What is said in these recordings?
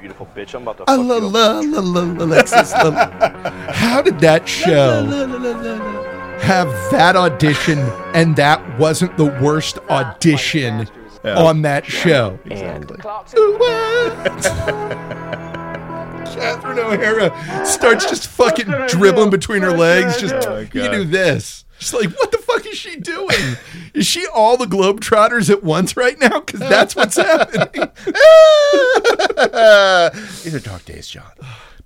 beautiful bitch. I'm about to. Ah, Fuck la, you up. la, la, la, la, Alexis, la- How did that show have that audition and that wasn't the worst audition Yeah. on that show? And Ooh, ah. Catherine O'Hara starts just fucking dribbling between her legs. Just Oh, you God. do this. She's like, what the fuck is she doing? Is she all the Globetrotters at once right now? Because that's what's happening. These are dark days, John.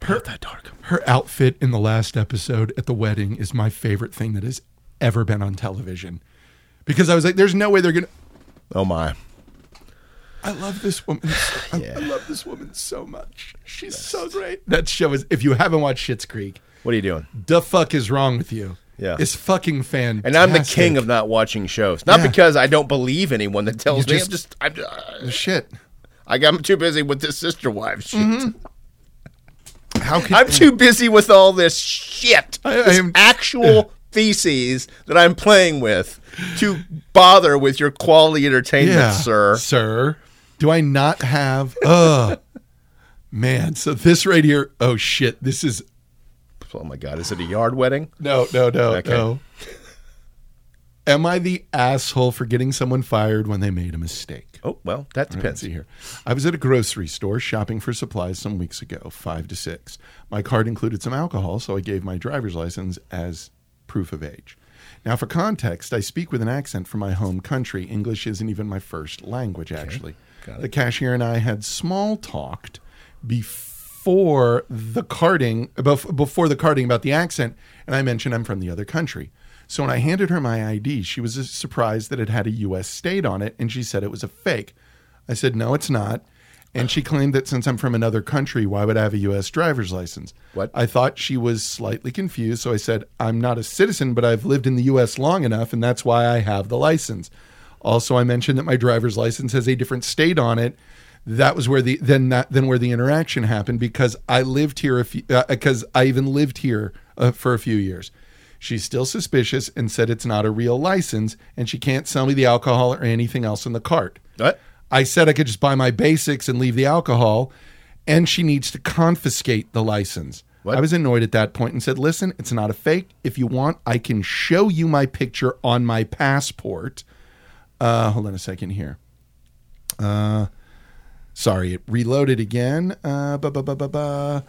Not that dark. Her outfit in the last episode at the wedding is my favorite thing that has ever been on television. Because I was like, there's no way they're going to. Oh my. I love this woman. so- I, Yeah. I love this woman so much. She's so great. That show is, if you haven't watched Shits Creek, What are you doing? the fuck is wrong with you? Yeah. It's fucking fantastic. And I'm the king of not watching shows. Not Yeah. because I don't believe anyone that tells You me. I'm just, I'm, uh, Oh, shit. I got, I'm too busy with this sister wife shit. How can I'm too busy with all this shit, I- I this am- actual theses that I'm playing with, to bother with your quality entertainment, yeah, sir. Sir. Do I not have. Ugh. Man. So this right here. Oh, shit. This is. Oh my God, is it a yard wedding? No, no, no, Okay. no. Am I the asshole for getting someone fired when they made a mistake? Oh well, that Let's depends. see here. I was at a grocery store shopping for supplies some weeks ago, five to six. My card included some alcohol, so I gave my driver's license as proof of age. Now, for context, I speak with an accent from my home country. English isn't even my first language, actually. The cashier and I had small talked before the carding, bef- before the carding about the accent, and I mentioned I'm from the other country. So when I handed her my ID, she was surprised that it had a U.S. state on it, and she said it was a fake. I said, no, it's not. And she claimed that since I'm from another country, why would I have a U.S. driver's license? What? I thought she was slightly confused, so I said, I'm not a citizen, but I've lived in the U.S. long enough, and that's why I have the license. Also, I mentioned that my driver's license has a different state on it. That was where the then that then where the interaction happened because I lived here a few because I even lived here uh, for a few years. She's still suspicious and said it's not a real license, and she can't sell me the alcohol or anything else in the cart. What? I said I could just buy my basics and leave the alcohol, and she needs to confiscate the license. What? I was annoyed at that point and said, Listen, it's not a fake. If you want, I can show you my picture on my passport. Uh, hold on a second here. Uh, sorry, it reloaded again. Uh, ba ba ba ba ba.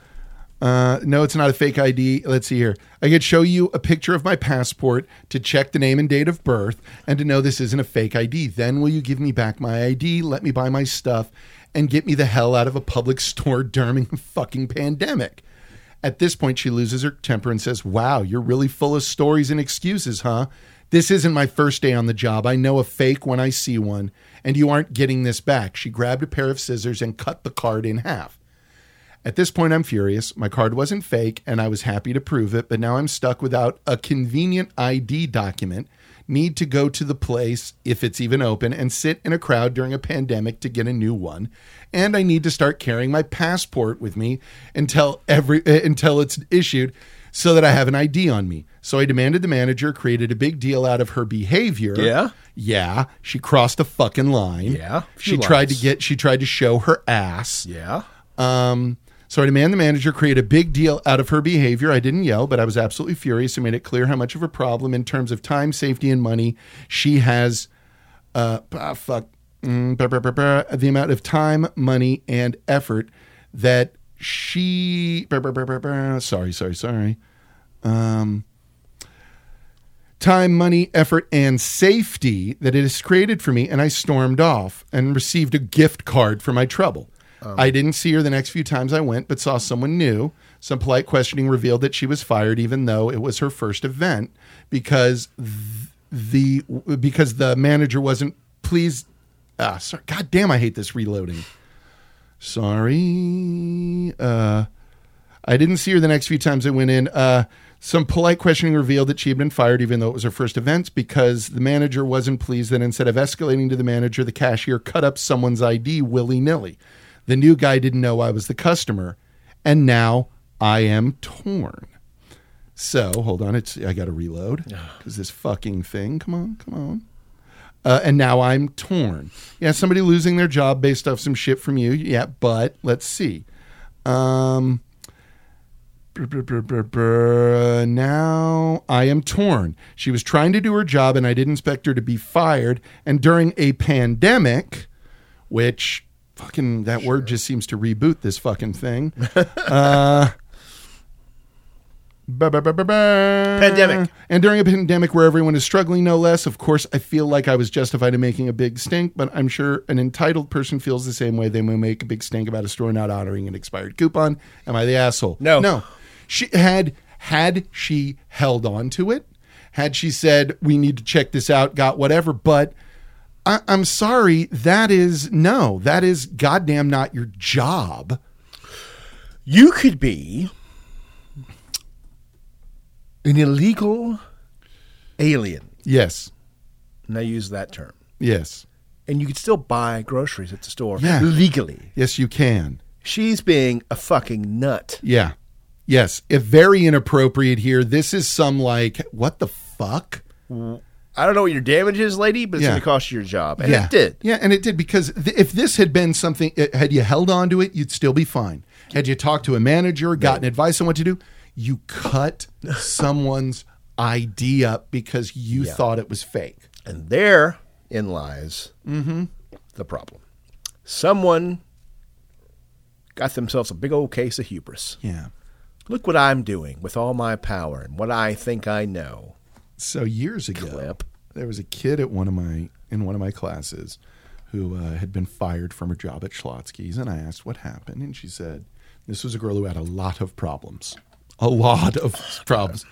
Uh, no, it's not a fake ID. Let's see here. I could show you a picture of my passport to check the name and date of birth and to know this isn't a fake ID. Then will you give me back my ID, let me buy my stuff, and get me the hell out of a public store during the fucking pandemic? At this point, she loses her temper and says, Wow, you're really full of stories and excuses, huh? This isn't my first day on the job. I know a fake when I see one, and you aren't getting this back. She grabbed a pair of scissors and cut the card in half. At this point, I'm furious. My card wasn't fake, and I was happy to prove it, but now I'm stuck without a convenient ID document. Need to go to the place, if it's even open, and sit in a crowd during a pandemic to get a new one. And I need to start carrying my passport with me until every uh, until it's issued so that I have an ID on me. So I demanded the manager created a big deal out of her behavior. Yeah? Yeah. She crossed a fucking line. Yeah, a few She tried to lines. get she tried to show her ass. Yeah. Um, so I demand the manager create a big deal out of her behavior. I didn't yell, but I was absolutely furious and made it clear how much of a problem in terms of time, safety, and money she has. Uh, ah, fuck. Mm, brr, brr, brr, brr. the amount of time, money, and effort that she. brr, brr, brr, brr, brr. sorry, sorry, sorry. Um, time, money, effort, and safety that it has created for me, and I stormed off and received a gift card for my trouble. I didn't see her the next few times I went, but saw someone new. Some polite questioning revealed that she was fired, even though it was her first event, because th- the because the manager wasn't pleased. Ah, sorry. God damn, I hate this reloading. Sorry. Uh, I didn't see her the next few times I went in. Uh, some polite questioning revealed that she had been fired, even though it was her first event, because the manager wasn't pleased that instead of escalating to the manager, the cashier cut up someone's ID willy nilly. The new guy didn't know I was the customer, and now I am torn. So hold on, it's I got to reload because this fucking thing. Come on, come on uh, and now I'm torn. Yeah, somebody losing their job based off some shit from you. Yeah, but let's see. Um, brr, brr, brr, brr, brr. Now I am torn. She was trying to do her job, and I did expect her to be fired. And during a pandemic, which fucking that word just seems to reboot this fucking thing. uh, Pandemic. Pandemic. And during a pandemic where everyone is struggling no less, of course, I feel like I was justified in making a big stink, but I'm sure an entitled person feels the same way they may make a big stink about a store not honoring an expired coupon. Am I the asshole? No. No. She had had she held on to it, had she said, We need to check this out, got whatever, but I, I'm sorry, that is no, that is goddamn not your job. You could be an illegal alien. Yes. And I use that term. Yes. And you could still buy groceries at the store Yeah. legally. Yes, you can. She's being a fucking nut. Yeah. Yes. If very inappropriate here, this is some like, what the fuck? I don't know what your damage is, lady, but it's Yeah. going to cost you your job. And yeah. it did. Yeah. And it did because th- if this had been something, i- had you held on to it, you'd still be fine. Had you talked to a manager, gotten advice on what to do, you cut someone's ID up because you thought it was fake. And therein lies Mm-hmm. the problem. Someone got themselves a big old case of hubris. Yeah. Look what I'm doing with all my power and what I think I know. So years ago, Clip. there was a kid at one of my in one of my classes who uh, had been fired from her job at Schlotsky's, and I asked what happened, and she said, "This was a girl who had a lot of problems, a lot of problems."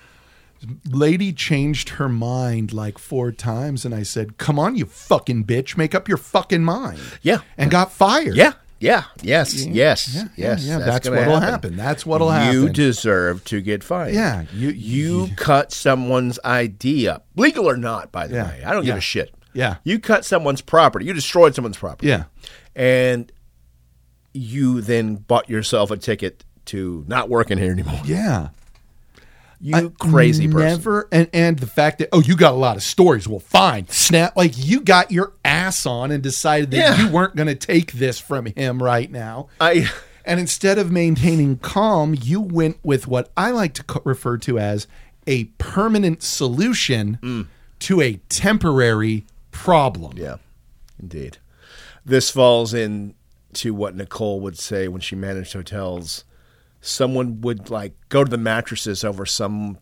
Lady changed her mind like four times, and I said, "Come on, you fucking bitch, make up your fucking mind." Yeah. and got fired. Yeah. Yeah. Yes. Yes. yeah, yes. yeah, that's gonna what'll happen. That's what'll You happen. deserve to get fired. Yeah, you- You you cut someone's ID up, legal or not. By the Yeah, way, I don't give yeah, a shit. yeah. You cut someone's property. You destroyed someone's property. yeah, And you then bought yourself a ticket to not working here anymore. yeah. You crazy person. Never and and the fact that oh you got a lot of stories. Well, fine. Snap like you got your ass on and decided that Yeah. you weren't going to take this from him right now. I And instead of maintaining calm, you went with what I like to co- refer to as a permanent solution to a temporary problem. Mm. yeah, indeed. This falls in to what Nicole would say when she managed hotels. Someone would like go to the mattresses over some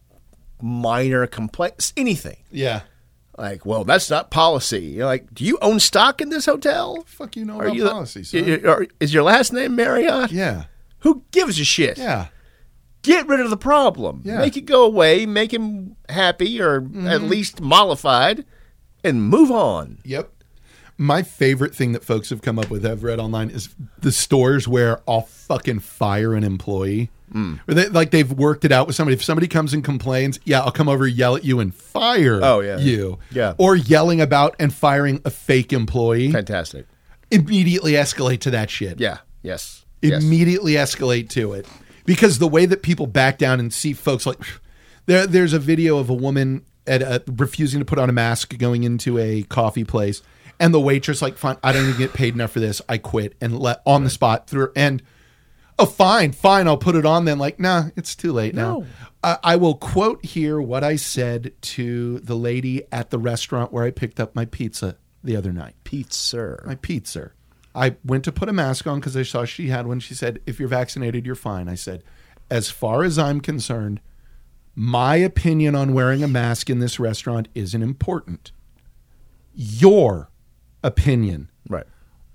minor complaint, anything. Yeah. Like, well, that's not policy. You're like, do you own stock in this hotel? Fuck you know Are about you policy, son. y- y- are- is your last name Marriott? yeah. Who gives a shit? Yeah. Get rid of the problem. Yeah. Mm-hmm. Make it go away. Make him happy or at least mollified, and move on. Yep. My favorite thing that folks have come up with, I've read online, is the stores where I'll fucking fire an employee. Hmm. Or they, like they've worked it out with somebody. If somebody comes and complains, yeah, I'll come over, yell at you, and fire Oh, yeah. you. Yeah. Or yelling about and firing a fake employee. Fantastic. Immediately escalate to that shit. Yeah. Yes. Yes. Immediately escalate to it. Because the way that people back down and see folks like, there, there's a video of a woman at a, refusing to put on a mask going into a coffee place, and the waitress like, fine, I don't even get paid enough for this. I quit and let on the spot through her- and. Oh, fine, fine. I'll put it on then. Like, nah, it's too late now. I, I will quote here what I said to the lady at the restaurant where I picked up my pizza the other night Pete, sir. my pizza. I went to put a mask on because I saw she had one. She said, If you're vaccinated, you're fine. I said, As far as I'm concerned, my opinion on wearing a mask in this restaurant isn't important. Your opinion Right.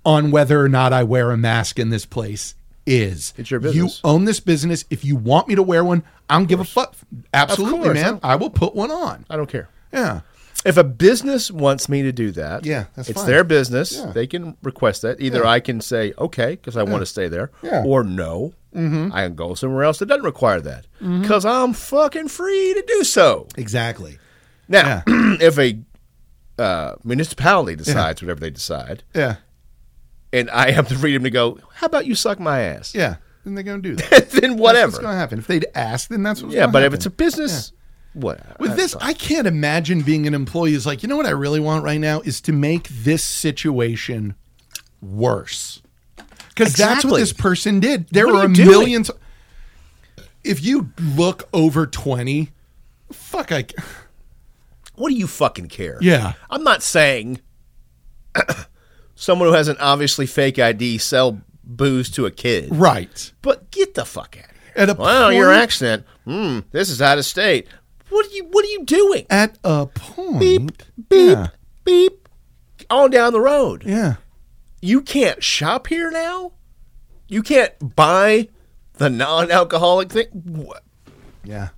on whether or not I wear a mask in this place is. It's your You business. own this business. If you want me to wear one, I don't give a fuck. Absolutely, course, man. I will put one on. I don't care. Yeah. If a business wants me to do that, Yeah, that's it's fine. their business. Yeah. They can request that. Either I can say okay because I want to stay there, Yeah. Mm-hmm. or no, I can go somewhere else that doesn't require that because I'm fucking free to do so. Exactly. Now, if a uh, municipality decides whatever they decide, Yeah. and I have the freedom to go, how about you suck my ass? Yeah. Then they're going to do that. then That's what's whatever. going to happen. If they'd ask, then that's what's Yeah, gonna but if happen. it's a business, what? with this, I can't imagine being an employee is like, you know what I really want right now is to make this situation worse. Because that's Exactly. what this person did. There What are were a you doing? million. t- If you look over 20, fuck, I. What do you fucking care? Yeah. I'm not saying someone who has an obviously fake ID sell booze to a kid. Right. But get the fuck out of here. At a Wow, your point- accent. Hmm, this is out of state. What are you what are you doing? At a point. Beep, beep, Yeah. beep. On down the road. yeah. You can't shop here now? You can't buy the non alcoholic thing? What? Yeah.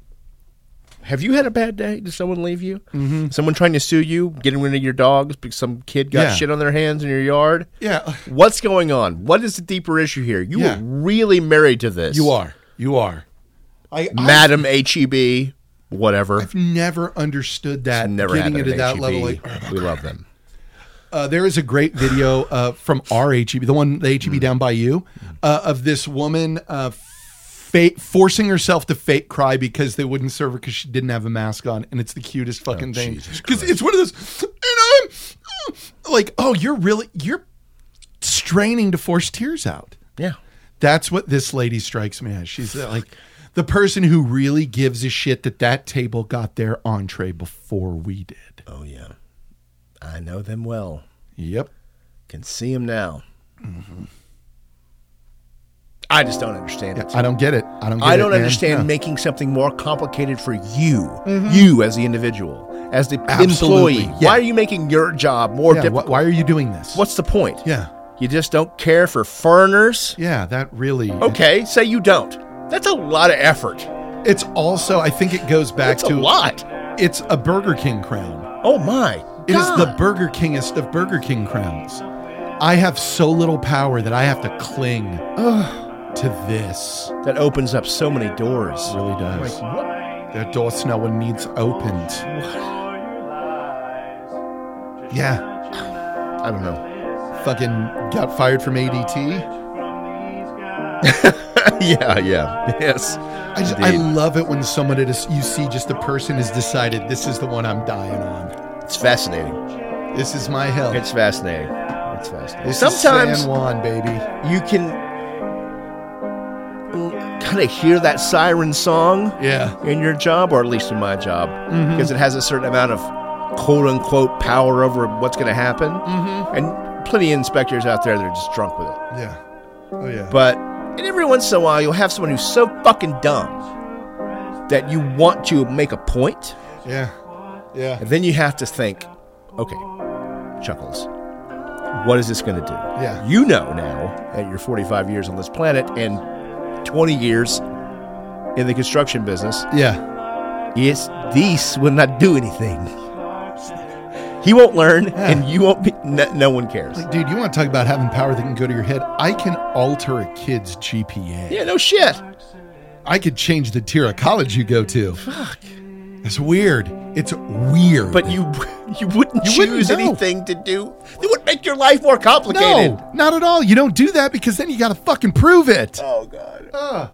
Have you had a bad day? Did someone leave you? Mm-hmm. Someone trying to sue you? Getting rid of your dogs because some kid got Yeah. shit on their hands in your yard? Yeah. What's going on? What is the deeper issue here? You Yeah. were really married to this. You are. You are. I, I, Madam HEB, whatever. have never understood that. Never getting had it at that level. Like, Like, E we love them. Uh, there is a great video uh, from our HEB, the one the HEB down by you, uh, of this woman uh, fa- forcing herself to fake cry because they wouldn't serve her because she didn't have a mask on, and it's the cutest fucking thing. Oh, Jesus Because it's one of those, and I'm like, oh, you're really you're straining to force tears out. Yeah. That's what this lady strikes me as. She's uh, like the person who really gives a shit that that table got their entree before we did. Oh, yeah. I know them well. Yep. Can see them now. Mm-hmm. I just don't understand it. I don't get it. I don't. Get I it, don't man. understand No. making something more complicated for you, you as the individual, as the Mm-hmm. Absolutely, employee. yeah. Why are you making your job more Yeah, difficult? wh- why are you doing this? What's the point? Yeah. You just don't care for foreigners? Yeah, that really. Okay, say you don't. That's a lot of effort. It's also, I think it goes back That's to a lot. It's a Burger King crown. Oh my. It is the God. Burger Kingest of Burger King crowns. I have so little power that I have to cling ugh, to this. that opens up so many doors. Really Like, does. what? That door no one needs opened. Yeah, I don't know. fucking got fired from ADT. yeah, yeah. Yes. I just, I Indeed. love it when someone at a, s- you see just a person has decided this is the one I'm dying on. It's fascinating. This is my hell. It's fascinating. It's fascinating. This is Sometimes San Juan, baby. you can kind of hear that siren song Yeah. in your job, or at least in my job, because it has a certain amount of quote unquote power over what's going to happen. Mm-hmm. And plenty of inspectors out there that are just drunk with it. Yeah. Oh yeah. But and every once in a while, you'll have someone who's so fucking dumb that you want to make a point, yeah. Yeah. and then you have to think, okay, Chuckles, what is this going to do? Yeah. You know now that you're 45 years on this planet and 20 years in the construction business, Yeah. yes, these will not do anything. He won't learn, and you won't be. No, no one cares. Dude, you want to talk about having power that can go to your head? I can alter a kid's GPA. yeah, no shit. I could change the tier of college you go to. Fuck. It's weird. It's weird. But you you wouldn't You wouldn't choose know. anything to do that would make your life more complicated. no, not at all. You don't do that because then you got to fucking prove it. Oh god. Ugh.